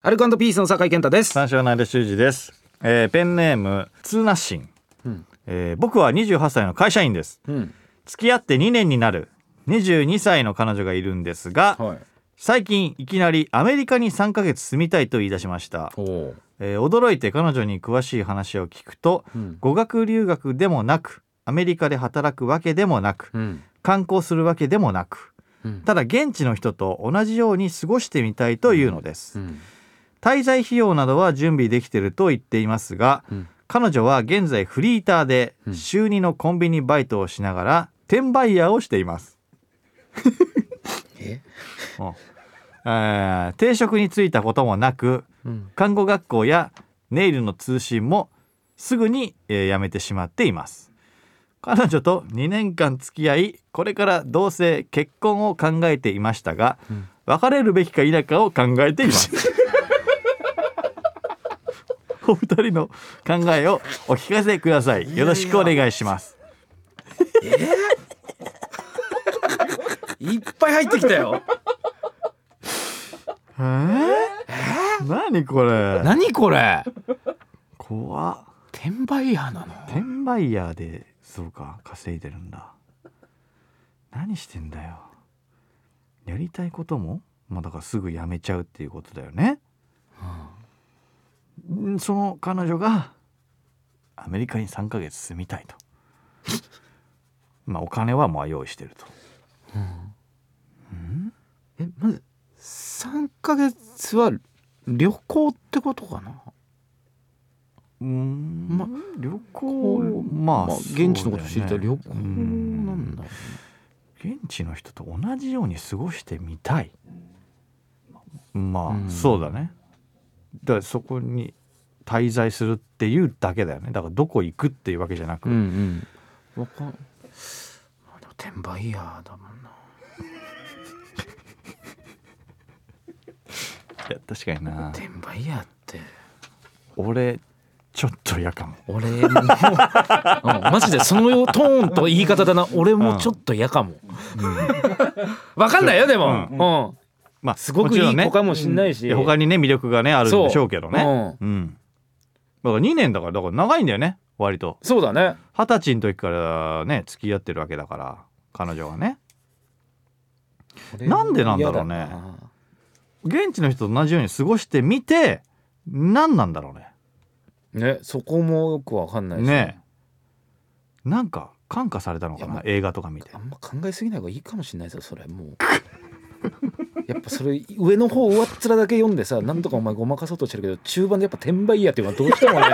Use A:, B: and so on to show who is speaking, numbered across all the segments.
A: アルコピースの酒井健太です。
B: 三章の間修二です、えーペンネームツーナッシン、えー僕は28歳の会社員です
A: うん、
B: 付き合って2年になる22歳の彼女がいるんですが、
A: はい。
B: 最近いきなりアメリカに3ヶ月住みたいと言い出しました、
A: おお。
B: えー驚いて彼女に詳しい話を聞くと
A: うん。
B: 語学留学でもなくアメリカで働くわけでもなく
A: うん。
B: 観光するわけでもなく
A: うん。
B: ただ現地の人と同じように過ごしてみたいというのです、
A: うん。
B: 滞在費用などは準備できてると言っていますが、
A: うん
B: 彼女は現在フリーターで
A: うん
B: 週2のコンビニバイトをしながら転売ヤーをしています。
A: え。
B: うんえー定職に就いたこともなく
A: うん。
B: 看護学校やネイルの通信もすぐに、えー辞めてしまっています。彼女と2年間付き合いこれから同棲結婚を考えていましたが、
A: うん
B: 別れるべきか否かを考えています お二人の考えをお聞かせくださいよろしくお願いします
A: いっぱい入ってきたよ。
B: えー、何これ
A: 何これ。
B: 怖っ
A: 転売ヤーなの。
B: 転売ヤーでそうか稼いでるんだ何してんだよやりたいこともまあだからすぐ辞めちゃうっていうことだよね、んその彼女がアメリカに3ヶ月住みたいとまあお金はまあ用意してると
C: えまず3ヶ月は旅行ってことかな
B: うーん
C: ま
B: 旅行まあ、
C: 現地のこと知りたい旅行
B: そうだよね
C: なんだろ
B: 現地の人と同じように過ごしてみたいまあ、
C: うん
B: そうだねだからそこに滞在するっていうだけだよねだからどこ行くっていうわけじゃなく、
C: うなうんうんわかんまあでも転売ヤーだもんない
B: や確かにな
C: 転売ヤーって
B: 俺ちょっと嫌かも
C: 俺もうんマジでそのトーンと言い方だな俺もちょっと嫌かも、わかんないよでも、うん
B: まあ
C: すごくいい子かもしんないし、
B: いや他にね魅力がねあるんでしょうけどね
C: そう,、
B: う、ん、だから2年だからだから長いんだよね割と
C: ん、そうだね
B: 二十歳の時からね付き合ってるわけだから彼女はねなんでなんだろうね
C: 嫌な
B: 現地の人と同じように過ごしてみて何なんだろうね
C: ねそこもよくわかんないし
B: ねえなんか感化されたの
C: い
B: か
C: やも
B: な
C: う
B: 映画とか見て
C: あんま考えすぎない方がいいかもしれないですよそれもう やっぱそれ上の方上っ面だけ読んでさなんとかお前ごまかそうとしてるけど中盤でやっぱ転売屋っていうのはどうして もね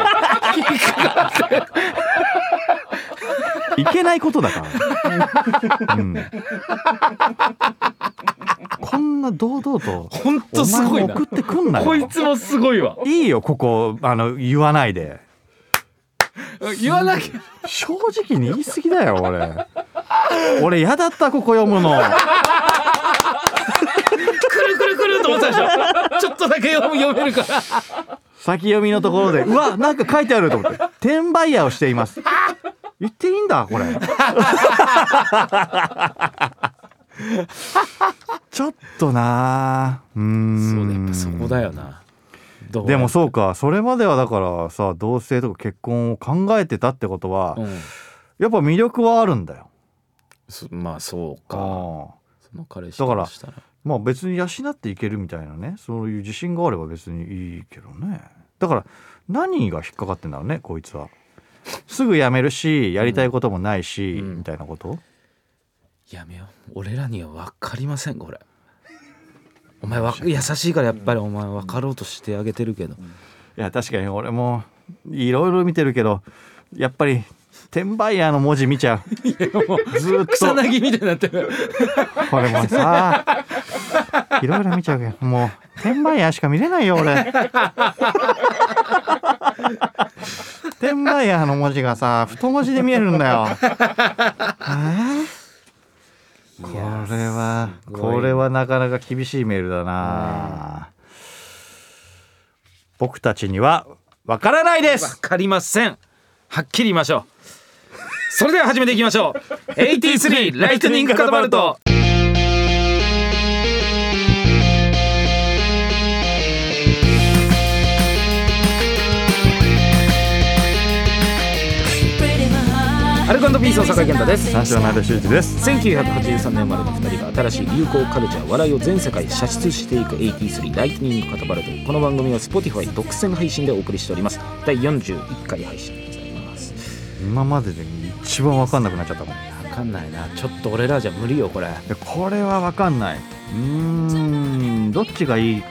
B: いけないこと だから、うん、こんな堂々と
C: ほんとすごい
B: お前
C: な
B: も送ってくんな
C: こい
B: よ
C: つもすごいわ
B: いいよここあの言わないで
C: 言わなきゃ
B: 正直に言い過ぎだよ俺俺嫌だったここ読むの
C: くるくるくると思ってた でしょちょっとだけ読む読めるから
B: 先読みのところでうわなんか書いてあると思って転売屋をしています言っていいんだこれ ちょっとなうーん
C: そうだやっぱそこだよなどう
B: でもそうかそれまではだからさ同棲とか結婚を考えてたってことは、
C: うん
B: やっぱ魅力はあるんだよ
C: そまあそう
B: う
C: か
B: ん
C: その彼氏
B: だから
C: としたら
B: まあ別に養っていけるみたいなねそういう自信があれば別にいいけどねだから何が引っかかってんだろうねこいつはすぐ辞めるしやりたいこともないし、
C: うん
B: みたいなこと、
C: やめよう俺らには分かりませんこれお前わ優しいからやっぱりお前分かろうとしてあげてるけど
B: いや確かに俺もいろいろ見てるけどやっぱり転売屋の文字見ちゃ うずーっ
C: 草
B: と
C: 薙みたいになってる
B: これもさいろいろ見ちゃうけどもう転売屋しか見れないよ俺転売屋の文字がさ太文字で見えるんだよえーこれは
C: すごい
B: これはなかなか厳しいメールだな、僕たちにはわからないで
C: 分
B: す
C: かりませんはっきり言いましょうそれでは始めていきましょう83ライトニングカタパルトルコピースの坂井健太です
B: 三四郎の間修一です
C: 1983年生まれの2人が新しい流行カルチャー笑いを全世界射出していく83ライトニングカタパルトこの番組は Spotify 独占配信でお送りしております第41回配信でございます
B: 今までで一番分かんなくなっちゃったもんい
C: 分かんないなちょっと俺らじゃ無理よこれ
B: やこれは分かんないうーんどっちがいい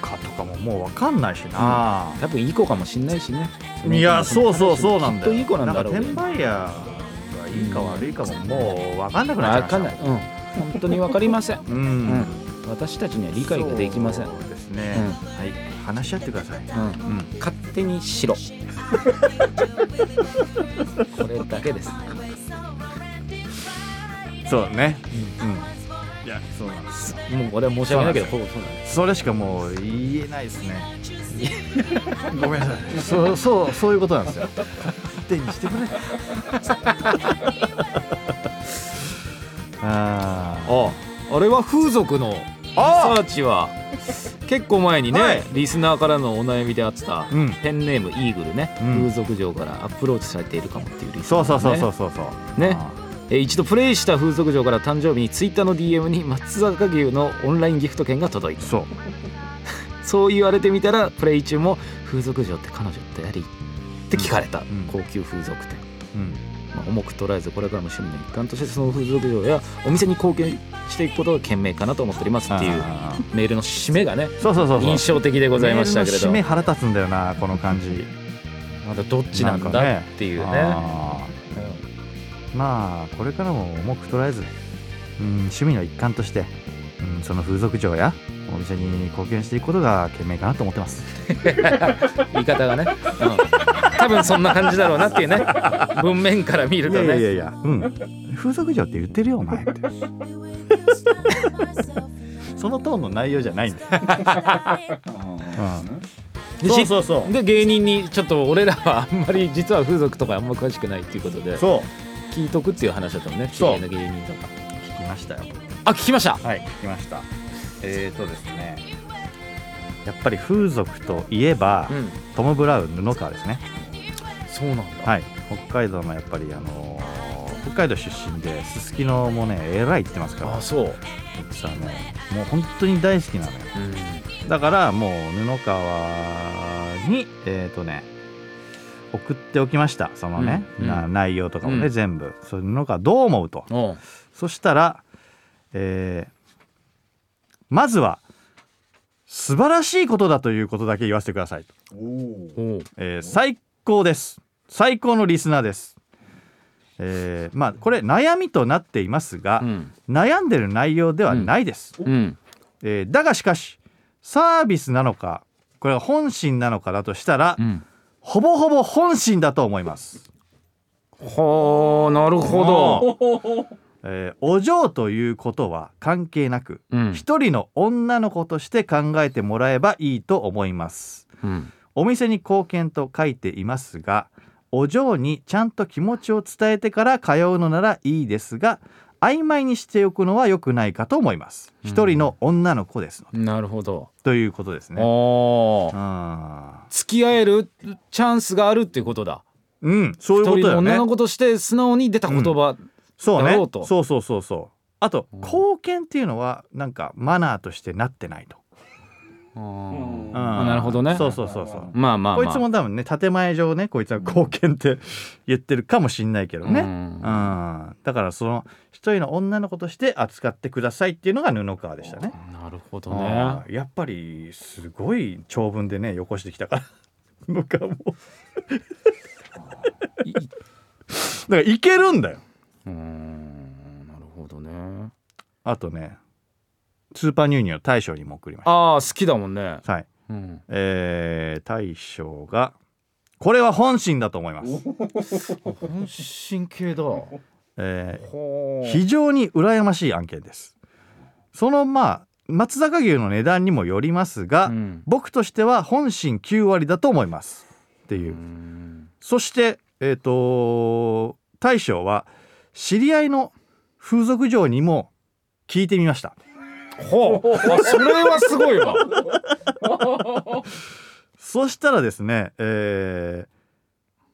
B: かとかももう分かんないしな、
C: 多分いい子かもしんないしね
B: いやそうそうそうなんだよ
C: きっといい子なんだろう
B: な
C: ね
B: んか転売屋がいいか悪いかももう分かんなくな
C: わ
B: っちゃ
C: か
B: い
C: ん
B: ま
C: ない
B: した
C: うん本当にわかりません
B: うん、
C: うん私たちには理解ができませんう
B: そ
C: ん
B: うですね、
C: うん
B: はい話し合ってください、うん
C: 勝手にし ろこれだけです
B: そうね、うんいやそうなんです
C: もう俺は申し訳ないけどそうそう
B: それしかもう言えないです ねごめんなさいそうそうそういうことなんですよ勝手にしてくれあー
C: ああれは風俗の
B: あ
C: サーチは結構前にね、
B: はい
C: リスナーからのお悩みであってた、
B: うん
C: ペンネームイーグルね、
B: うん
C: 風俗嬢からアプローチされているかもっていうリス
B: そ
C: ナ
B: う
C: ー
B: そうそう
C: ね
B: そうそうそう
C: ね
B: あ
C: えー一度プレイした風俗嬢から誕生日にツイッターの DM に松坂牛のオンラインギフト券が届い
B: ー
C: た
B: そう
C: そう言われてみたらプレイ中も「風俗嬢って彼女ってあり?」って聞かれた、
B: ん
C: 高級風俗店、
B: うん
C: まあ重く捉えずこれからも趣味の一環としてその風俗嬢やお店に貢献していくことが賢明かなと思っておりますっていう
B: あ
C: メールの締めがね
B: ーそうそうそうそう
C: 印象的でございましたけれど
B: メールの締め腹立つんだよなこの感じ
C: まだどっちなん
B: なん
C: だ
B: か
C: っ
B: ね
C: ていうね
B: あーまあこれからも重く捉えず、うん、趣味の一環として、うん、その風俗嬢やお店に貢献していくことが賢明かなと思ってます
C: 言い方がね、うん、多分そんな感じだろうなっていう ね文面から見るとね
B: いや、うん、風俗嬢って言ってるよお前ってそのトーンの内容じゃないんだよ、
C: で
B: そうそうそう
C: で芸人にちょっと俺らはあんまり実は風俗とかあんま詳しくないっていうことで
B: そう
C: 聞いとくっていう話だったもんね知り
B: そう
C: 合いの芸人とか
B: 聞きましたよ
C: あ聞きました
B: はい聞きましたえーとですねやっぱり風俗といえば、
C: ん
B: トム・ブラウン布川ですね
C: そうなんだ
B: はい、北海道のやっぱり、あのー北海道出身で、すすきのもね、えらい行ってますから、
C: あそう、
B: 実はね、もう本当に大好きなのよ。だから、もう布川に、えっ、とね、送っておきました、そのね、
C: うん
B: な
C: う
B: 内容とかもね、
C: うん
B: 全部。それ布川どう思うと。
C: おう
B: そしたら、えーまずは、素晴らしいことだということだけ言わせてくださいと。
C: おう
B: えー最高です最高のリスナーです、えーまあこれ悩みとなっていますが、
C: うん
B: 悩んでる内容ではないです、
C: うん
B: えーだがしかしサービスなのかこれが本心なのかだとしたら、
C: うん
B: ほぼほぼ本心だと思います、
C: ほうなるほど、
B: えーお嬢ということは関係なく
C: うん
B: 一人の女の子として考えてもらえばいいと思います
C: うん、
B: お店に貢献と書いていますがお嬢にちゃんと気持ちを伝えてから通うのならいいですが曖昧にしておくのは良くないかと思います
C: うん
B: 一人の女の子ですので、
C: なるほど、
B: ということですね
C: おお
B: あ
C: 付き合えるチャンスがあるっていうことだ
B: ーうんそういう
C: 一
B: こと
C: 人
B: だ
C: の
B: よね
C: 女の子として素直に出た言葉、
B: そう
C: だろ
B: ね
C: うと
B: そうそうそうそうあと
C: うん
B: 貢献っていうのはなんかマナーとしてなってないと、
C: うん
A: うん
B: あ
C: あなるほどね
B: そうそうそうそう
C: まあまあ、まあ、
B: こいつも多分ね建前上ねこいつは貢献って言ってるかもしんないけどね、
C: うん
B: うん、だからその一人の女の子として扱ってくださいっていうのが布川でしたね。
C: なるほどね
B: あーやっぱりすごい長文でねよこしてきたから 布川も
C: い
B: だからいけるんだよ
C: うんなるほどね
B: あとねスーパーニューニュー大将にも送りまし
C: ああ好きだもんね、
B: たはい
C: うん、
B: えー、大将がこれは本心だと思います、
C: 本心系だほ
B: えー
C: う
B: 非常に羨ましい案件ですそのまあ松坂牛の値段にもよりますが、
C: うん
B: 僕としては本心9割だと思いますっていう、
C: うん
B: そしてえっ、と大将は知り合いの風俗嬢にも聞いてみました
C: ほうあそれはすごいわ
B: そしたらですねえ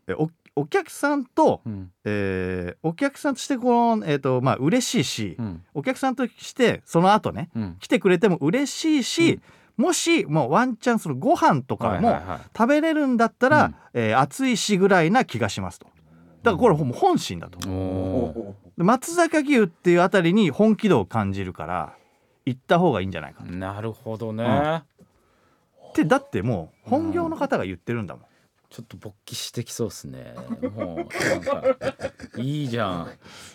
B: ーえおお客さんと、
C: うん
B: えーお客さんとしてこの、えーとまあ、嬉しいし、
C: うん
B: お客さんとしてその後ね
C: うん
B: 来てくれても嬉しいし、もしもうワンチャンそのご飯とかも食べれるんだったら、
C: うん
B: えー暑いしぐらいな気がしますと。だからこれほん本心だと
C: いお
B: で松坂牛っていうあたりに本気度を感じるから行った方がいいんじゃないかな
C: ーなるほどね、
B: うんってだってもう本業の方が言ってるんだもん
C: ちょっと勃起してきそうです ねもうなんかいいじゃん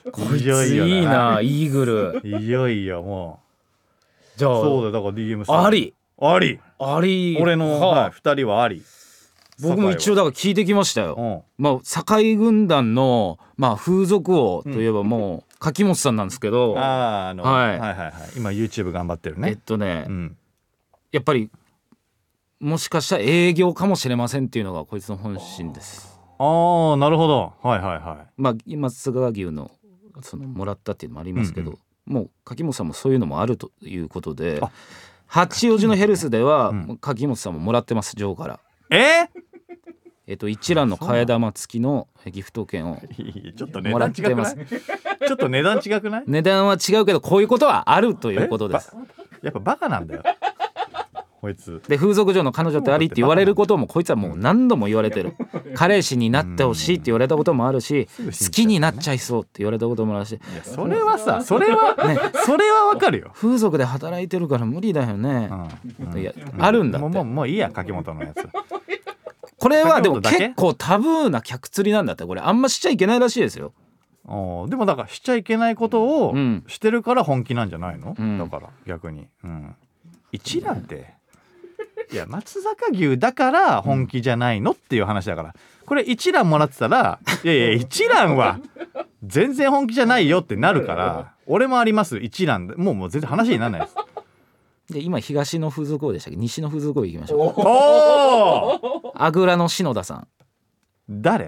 C: こい
B: いよ
C: つ
B: いよない
C: いなイーグル
B: いよいよも
C: じゃ
B: うそう
C: あ
B: だよだから DM さん
C: あり
B: あり
C: あり
B: 俺の、
C: はあ
B: はい、2人はあり
C: 僕も一応だから聞いてきましたよ、
B: 応
C: まあ、堺軍団の、まあ、風俗王といえばもう柿本さんなんですけど、
B: うん、あーあの、
C: は
B: はいい、はいはい今 YouTube 頑張ってる
C: えっ
B: ね、
C: とね、
B: うん、
C: やっぱりもしかしたら営業かもしれませんっていうのがこいつの本心です。
B: ああなるほどはいはいは
C: まあ、今津川牛のそのもらったっていうのもありますけど、
B: うん
C: もう柿本さんもそういうのもあるということで
B: あ
C: 八王子のヘルスでは
B: 柿本ねうん
C: 柿本さんももらってますジョーから。
B: い え
C: えっと、一蘭の替え玉付きのギフト券を
B: ー、ちょっと値
C: もら
B: 段
C: っ
B: 違く
C: てま
B: な
C: す
B: いちょっと値段違くない
C: 値段は違うけどこういうことはあるということです。
B: やっぱバカなんだよこいつ
C: で風俗嬢の彼女ってありって言われることもこいつはもう何度も言われてる彼氏になってほしいって言われたこともあるし
B: ぐ死んじゃう
C: 好きになっちゃいそうって言われたこともあるし
B: いやそれはさそれは、それはわかるよ、
C: 風俗で働いてるから無理だよね
B: う、んうん
C: いやあるんだ
B: もう
C: っ
B: もう
C: て
B: もういいや柿本のやつ
C: これはでも
B: 書き込むことだけ
C: 結構タブーな客釣りなんだってこれあんましちゃいけないらしいですよ
B: おーでもだからしちゃいけないことを
C: うん
B: してるから本気なんじゃないの、
C: うん
B: だから逆に、うん、一蘭っていや松坂牛だから本気じゃないのっていう話だからこれ一蘭もらってたらいやいや一蘭は全然本気じゃないよってなるから俺もあります一蘭もうもう全然話にならないです
C: で今東の風俗王でしたっけ西の風俗王行きましょう
B: おお
C: あぐらの篠田さん
B: 誰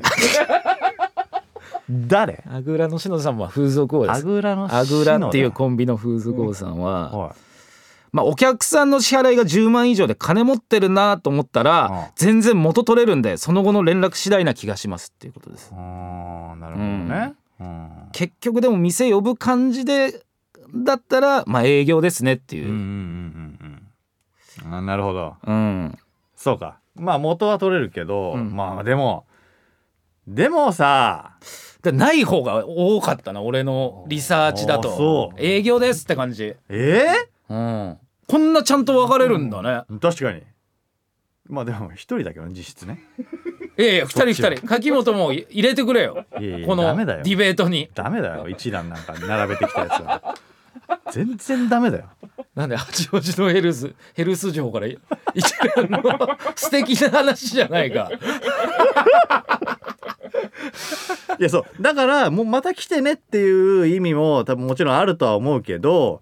B: 誰
C: あぐらの篠田さんは風俗王で
B: あ
C: す
B: ぐらの
C: あぐらっていう
B: 子
C: コンビの風俗王さんは、
B: は
C: まあ、お客さんの支払いが10万以上で金持ってるなと思ったら、
B: うん
C: 全然元取れるんでその後の連絡次第な気がしますっていうことです
B: いあーなるほどね、うん
C: 結局でも店呼ぶ感じでだったらまあ営業ですねっていうう、
B: んうんうんうんあなるほど
C: うん
B: そうかまあ元は取れるけど、
C: うん
B: まあでもでもさ
C: でない方が多かったな俺のリサーチだ
B: あー
C: と
B: そう
C: 営業ですって感じ、
B: え
C: うん、こんなちゃんと分かれるんだね、
B: ー確かにまあでも一人だけどね実質ね
C: いやいや二人
B: どっち
C: 二人柿本も入れてくれよ
B: いやい や
C: この
B: ダメだ
C: ディ
B: よ
C: ベートに
B: ダメだよ一覧なんか並べてきたやつは全然ダメだよ
C: なんで八王子のヘルスヘルス城から一覧の素敵な話じゃないか。
B: いやそうだからもうまた来てねっていう意味も多分もちろんあるとは思うけど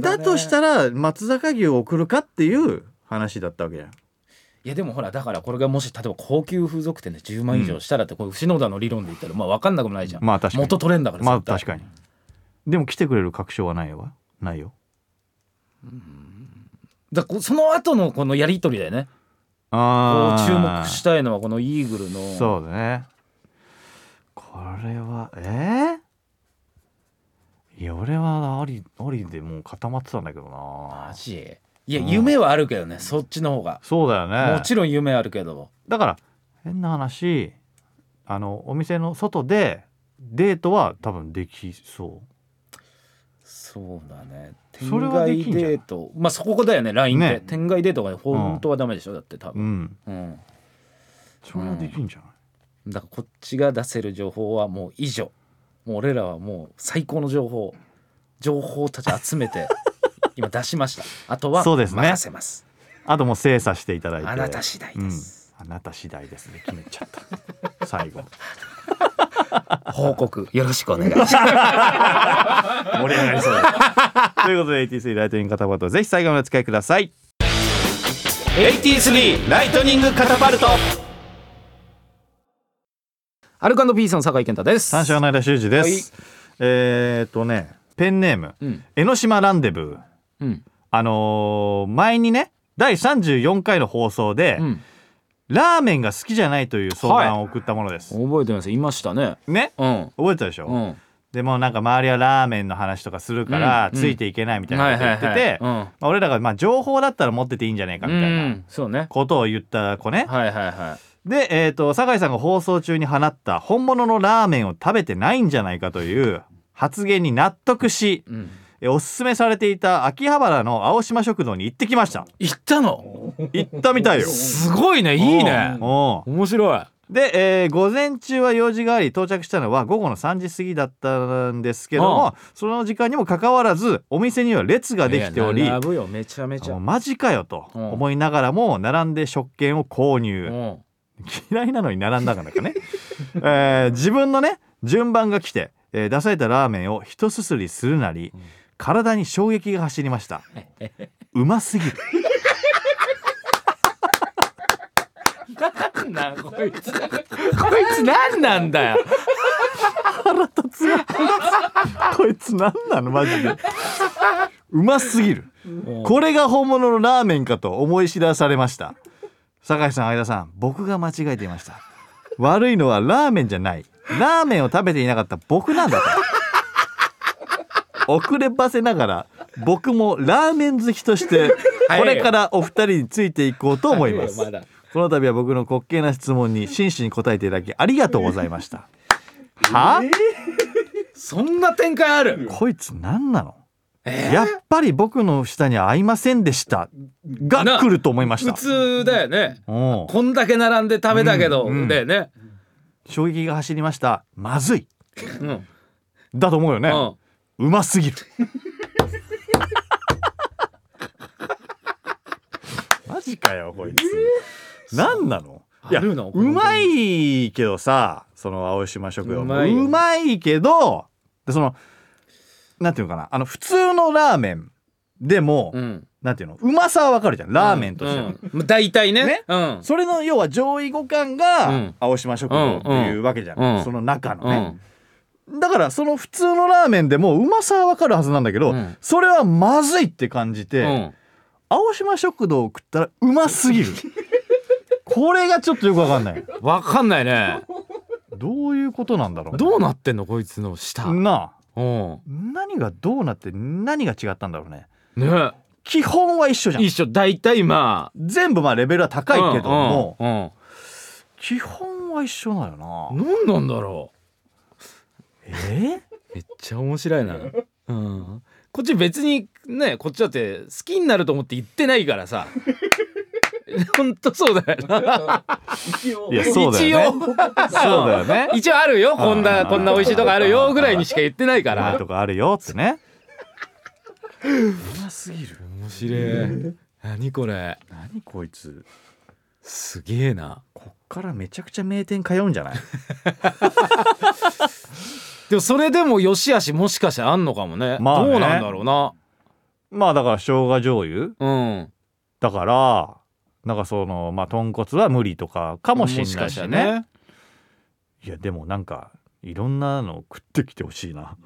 B: だ,、
C: だね
B: としたら松坂牛を送るかっていう話だったわけじゃん
C: いやでもほらだからこれがもし例えば高級風俗店で10万以上したらって、こう篠田の理論で言ったらまあ分かんなくもないじゃん。
B: まあ確かに
C: 元取れんだから
B: まあ
C: か
B: 確かにでも来てくれる確証はないわないよ
C: だからこうその後のこのやり取りだよね。こ
B: あ
C: う
B: ー
C: 注目したいのはこのイーグルの。
B: そうだねこれはえー、いや俺はありありでもう固まってたんだけど
C: マ
B: な
C: ジ。いや
B: うん
C: 夢はあるけどね、そっちの方が。
B: そうだよね
C: もちろん夢あるけど。
B: だから変な話あのお店の外でデートは多分できそ
C: そうだね。天
B: それはで
C: 外
B: きんじゃん
C: デート。まあそこだよね、LINE で。
B: ね
C: 天外デートが本当はダメでしょ、だって多
B: うう
C: 分。
B: ん
C: うん
B: それはできんじゃない、
C: だからこっちが出せる情報はもう以上もう俺らはもう最高の情報情報たち集め て今出しましたあとは
B: そうですね
C: 任せます
B: あともう精査していただいて
C: あなた次第です、
B: うん、あなた次第ですね決めちゃっ た最後
C: 報告よろしくお願いし ます
B: 盛り上がりそうだ ということで AT3 ライトニングカタパルトぜひ最後までお使いください
C: AT3
B: ライトニングカタパルト
C: アルカンドピースの酒井健太です
B: 三章の間修二です、えーっとねペンネーム、
C: うん
B: 江ノ島ランデブー
C: うん
B: あのー前にね第34回の放送で、
C: うん
B: ラーメンが好きじゃないという相談を送ったものです、
D: 覚えてますいましたね
B: ね
D: うん
B: 覚えてたでしょ、
D: うん
B: でもうなんか周りはラーメンの話とかするから
D: うん
B: ついていけないみたいなこと言ってて
D: うん
B: まあ俺らがまあ情報だったら持ってていいんじゃねえかみたいうなん
D: そうね
B: ことを言った子ね
D: はいはいは
B: で、えー、と酒井さんが放送中に放った本物のラーメンを食べてないんじゃないかという発言に納得し
D: い、うん、
B: えおすすめされていた秋葉原の青島食堂に行ってきました
C: 行ったの
B: 行ったみたいよ
C: すごいねいいね
B: うんうん
C: 面白い
B: で、えー午前中は用事があり到着したのは午後の3時過ぎだったんですけども、
C: う
B: その時間にもかかわらずお店には列ができており
D: いや並ぶよめちゃめちゃ
B: もうマジかよと
D: うん
B: 思いながらも並んで食券を購入、
D: うん
B: 嫌いなのに並んだからかね、 えー自分のね順番が来て、えー出されたラーメンを一すすりするなり、体に衝撃が走り ましたうますぎる
C: なんなんこいつこいつなんなんだよ
B: こいつ何なのマジでうますぎるこれが本物のラーメンかと思い知らされました酒井さん相田さん僕が間違えていました悪いのはラーメンじゃないラーメンを食べていなかった僕なんだと遅ればせながら僕もラーメン好きとして
C: 早いよ
B: これからお二人についていこうと思います
C: 早いよまだ
B: この度は僕の滑稽な質問に真摯に答えていただきありがとうございましたはあ
C: そんな展開ある
B: こいつ何なの、やっぱり僕の下には合いませんでしたが
C: な
B: 来ると思いまし
C: 普
B: た
C: 通だよね
B: うん
C: こんだけ並んで食べたけど、
B: うんうん
C: だよね、
B: 衝撃が走りましたまずい
C: うんうん、
B: だと思うよね、うま すぎるマジかよこいつ何なのいや
C: あるの
B: うまいけどさその青島食堂
C: う
B: も
C: まいよ
B: うまいけどでそのなんていうのかなあの普通のラーメンでも、
C: うん
B: なんていうのうまさはわかるじゃんラーメンとしての、
C: うんうん、大体ね
B: ね
C: うん
B: それの要は上位互換
C: う
B: が
C: ん
B: 青島食堂っていうわけじゃん、
C: うんうん
B: その中の
C: う
B: ね、
C: ん
B: だからその普通のラーメンでもうまさはわかるはずなんだけど、
C: うん
B: それはまずいって感じて、
C: うん
B: 青島食堂を食ったらうますぎる これがちょっとよくわかんない
C: わかんないね
B: どういうことなんだろう
C: どうなってんのこいつの舌うん
B: なあ
C: ね
B: 何がどうなって何が違ったんだろうね基本は一緒じゃん
C: 一緒大体まあ
B: 全部まあレベルは高いけども、
C: うんうん
B: 基本は一緒なよな、
C: うん、何なんだろ
B: え
C: うめっちゃ面白いな、うん、こっち別にねこっちだって好きになると思って言ってないから さほんとそうだよな
B: いやそうだよね
C: 一応
B: そうだよね
C: 一応あるよこん
B: あ
C: な
B: ー
C: こんな美味しいとこあるよぐらいにしか言ってないか
B: うまい
C: ら
B: とかあるよってね
C: 面白い何これ
B: 何こいつ
C: すげえな
B: こっからめちゃくちゃ名店通うんじゃない
C: でもそれでも良し悪しもしかしてあんのかもね,、
B: まあね
C: どうなんだろうな
B: まあだから生姜醤油
C: うん
B: だからなんかそのまあ豚骨は無理とかかもしんないしね
C: もしかしたらね
B: いやでもなんかいろんなの食ってきてほしいな、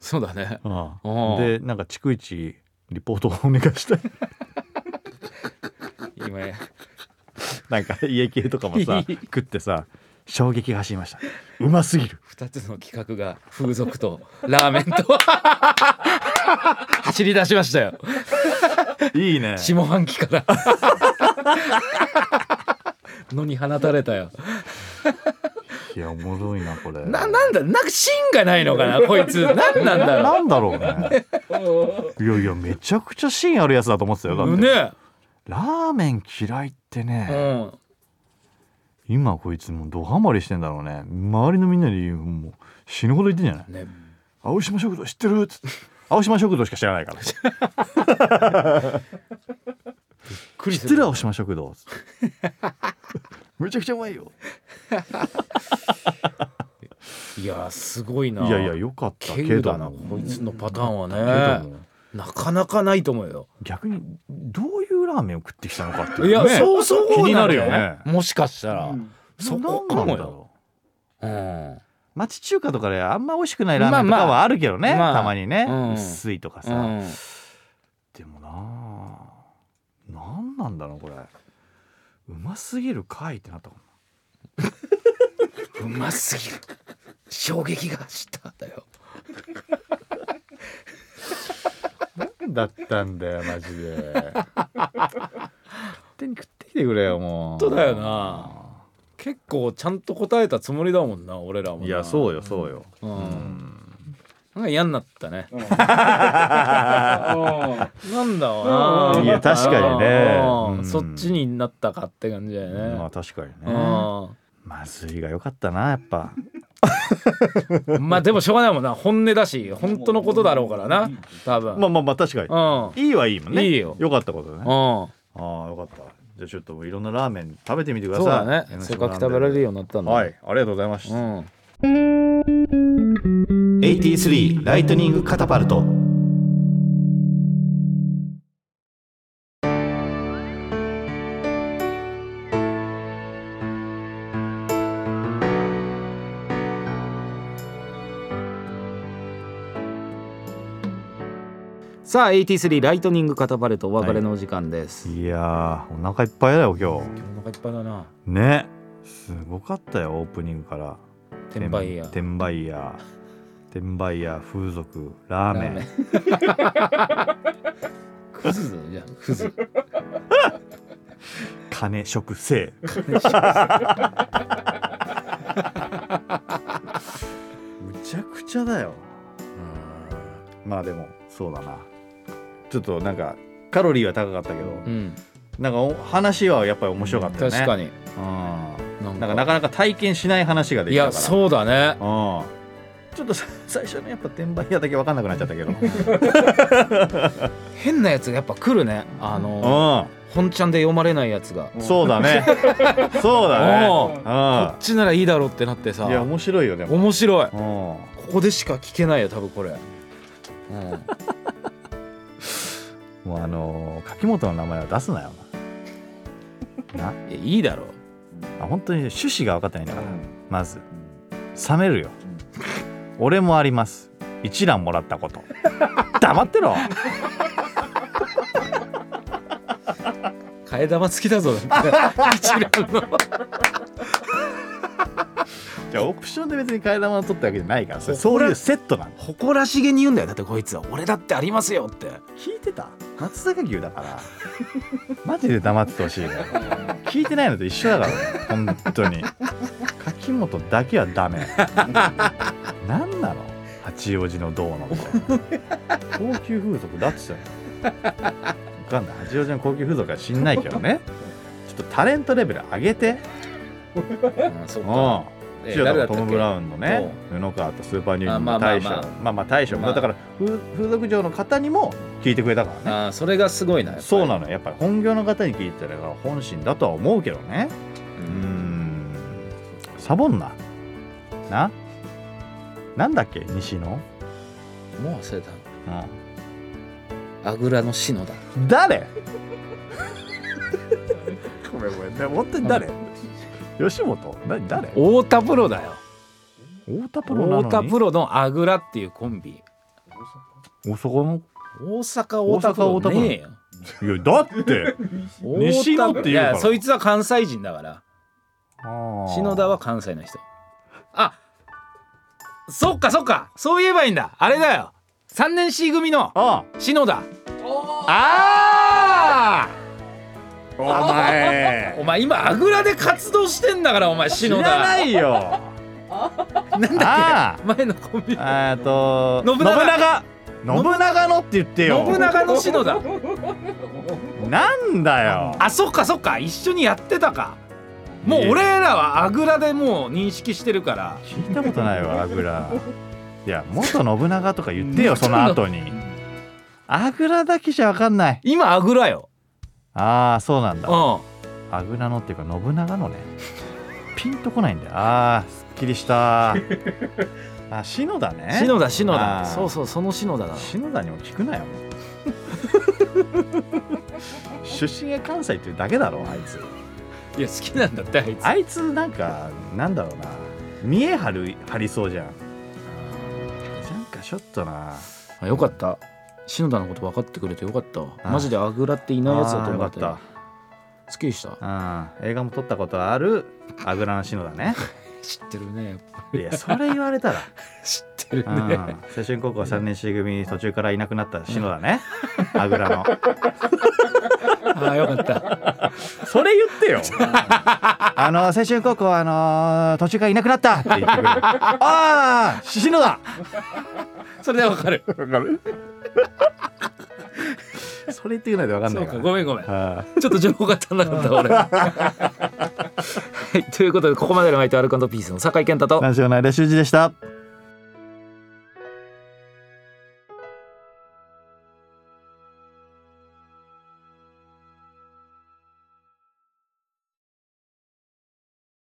C: そうだね
B: うん、
C: おう
B: でなんか逐一リポートをお願い したい
C: 今
B: なんか家系とかもさ食ってさ衝撃が走りましたうますぎる
C: 二つの企画が風俗 とラーメンと走り出しましたよ
B: いいね
C: 下半期 からのに放たれたよ
B: いやおもろいなこれ
C: ななんだなんか芯がないのかなこいつなんなんだろ
B: なんだろうね。いやいや、めちゃくちゃ芯あるやつだと思ってたよ。だって
C: うね
B: ラーメン嫌いって
C: う
B: ね、
C: ん
B: 今こいつもうドハマりしてんだろうね。周りのみんなにもう死ぬほど言ってんじゃない
C: ね
B: 青島食堂知ってるっつって青島食堂しか知らないから。知
C: ク
B: ってる青島食堂っつって。めちゃくちゃうまいよ。
C: いやーすごい
B: い
C: な
B: やいや、よかった
C: 稀
B: け
C: 有
B: ど
C: だな
B: も。
C: こいつのパターン
B: け
C: は
B: ど
C: ね
B: も
C: なかなかないと思うよ
B: 逆にどういうラーメンを食ってきたのかっていう
C: いや、
B: ね
C: そうそう
B: 気になるよ
C: んだ
B: ね
C: もしかしたら、そこ
B: な
C: か
B: ん
C: も
B: なんだろ
C: よ
B: う
C: うん
B: 町中華とかであんま美味しくないラーメンと
C: まあ
B: か
C: まあ
B: はあるけどね、
C: まあ
B: たまにね、
C: うん
B: 薄いとかさ、
C: うん
B: でもなあなんなんだろうこれうますぎるかいってなったかも
C: うますぎる衝撃がしただよ
B: 何だったんだよマジで 勝手に食ってきてくれよも
C: 本
B: う
C: 当だよな結構ちゃんと答えたつもりだもんな俺らも
B: いやそう
C: よ、
B: よそうよ、
C: う、
B: うんん
C: なんか嫌になったね
E: うんうん
C: なんだろ
E: う
C: うなん
B: いや確かにね
C: うん
B: うん
C: そっちになったかって感じだよね、
B: まあ確かにね、
C: う
B: まずいが良かったなやっぱ
C: ん、まあでもしょうがないもんな本音だし本当のことだろうからな多分、
B: まあまあまあ確かにいいはいいもんね
C: いいよ
B: 良かったことだね
C: うん、うん、
B: ああよかったじゃあちょっともういろんなラーメン食べてみてくださ
C: そ
B: いう
C: だね
B: 江ノ島
C: せっかく食べられるようになったんだ、
B: はいありがとうございまし
C: う
B: た、
C: ん、
B: 83ライトニングカタパルト
F: さあ83ライトニングカタパルトお別れのお時間です、
B: いやーお腹いっぱいだよ
C: 今
B: 今
C: 日お腹いっぱいだな
B: 日ねすごかったよオープニングから
C: 転売屋
B: 転売屋転売屋風俗ラーメン
C: ラーメ クズだよじゃあクズ
B: 金食性 むちゃくちゃだよまあでもそうだなちょっとなんかカロリーは高かったけど、
C: うん
B: なんかお話はやっぱり面白かったよね
C: 確かに
B: う
C: なん
B: ん、なんかなかなか体験しない話がで
C: い
B: きたか
C: や
B: ら
C: そうだね
B: うん、ちょっとさ最初のやっぱ転売屋だけ分かんなくなっちゃったけどうん
C: 変なやつがやっぱ来るねあの本ちゃんで読まれないやつが
B: そうだ ねそうだね
C: おうこっちならいいだろうってなって
B: う
C: さ
B: んいや面白いよでも
C: 面白い
B: うん
C: ここでしか聞けないよ多分これ、うん、
B: もうあのー柿本の名前は出すなよなない
C: やいいだろう
B: あ本当に趣旨が分かってないんだからまず冷めるよ俺もあります一覧もらった こと黙ってろ
C: 替え玉付きだぞだって 一覧の
B: じゃあオプションで別に替え玉を取ったわけじゃないからそれそういうセットなんだ
C: 誇らしげに言うんだよだってこいつは俺だってありますよって
B: 聞いてた松坂牛だから マジで黙っててほしいよ聞いてないのと一緒だからね本当に柿本だけはダ メ何なの八王子のどうのみたいな高級風俗だっつったよ分かんない八王子の高級風俗は知んないけどねちょっとタレントレベル上げて
C: そううんかえ
B: 千代田
C: 誰だ
B: の
C: った
B: ト
C: っけ
B: ム・ブラウンのね布川とスーパーニューヨークの大将
C: あまあまあ
B: まあまあ大将
C: まあ
B: もだから風風俗嬢の方にも聞いてくれたからね
C: あーそれがすごいなやっぱり
B: そうなのよやっぱり本業の方に聞いてたら本心だとは思うけどね
C: う
B: うんんサボんなななんだっけ西野、
C: もう忘れた
B: う
C: あぐらのしのだ
B: ん、誰ごめんごめんね本当に誰吉本何誰
C: 太田プロだよ
B: 太田プロなの
C: 太
B: に
C: 田プロのあぐらっていうコンビ
B: 大阪の
C: 大阪太田プロねえよ
B: いやだ って
C: 大
B: 阪西野って言うから
C: いやそいつは関西人だから篠
B: 篠
C: 田は関西の人あそっかそっかそう言えばいいんだあれだよ3年 C 組の
B: あ
C: 篠田
B: あお前
C: お前今あぐらで活動してんだからお前
B: 知
C: 篠
B: ら
C: 田
B: ないよ
C: なんだ
B: あ
C: っけ前のコンビ
B: あえーっと
C: 信
B: 信
C: 長
B: 長信長のって言ってよ
C: 信長の篠田
B: なんだよ
C: あそっかそっか一緒にやってたかもう俺らはあぐらでもう認識してるから
B: 聞いたことないわあぐらいや元信長とか言ってよその後にあぐらだけじゃわかんない
C: 今あぐらよ
B: ああそうなん
C: う
B: だ
C: んあ
B: あぐらのっていうか信長のねピンとこないんだよあーすっきりしたあ篠田ね
C: 篠田篠
B: あ
C: 田
B: ー
C: そうそうその篠田だ
B: 篠田にも聞くなよ 出身が関西っていうだけだろあいつ
C: いや好きなんだってあいつ
B: あいつなんかなんだろうな見え張る張りそうじゃんなんかちょっとな
C: あよかった篠田のこと分かってくれてよかったわ
B: あ
C: マジであぐらってい
B: い
C: ないやつだと思って
B: かった
C: すっきりした
B: うん、映画も撮ったことあるあぐらの篠田 ね
C: 知ってるね
B: いやそれ言われたら、
C: 知ってる
B: う
C: ね
B: ん、 青春高校3年 C 組途中からいなくなった篠田ねあぐらの
C: ああよかった
B: それ言ってよ あの青春高校あのー途中からいなくなったって言ってくれるああ篠 田
C: それでわかる
B: わかる それ言ってくれないとわかん
C: そ
B: な
C: う
B: いか
C: から ごめんごめん
B: あ
C: ちょっと情報が足んなかった 俺はいということでここまでの相手はアルカンドピースの酒井健太と
B: あラジオ内で修二でした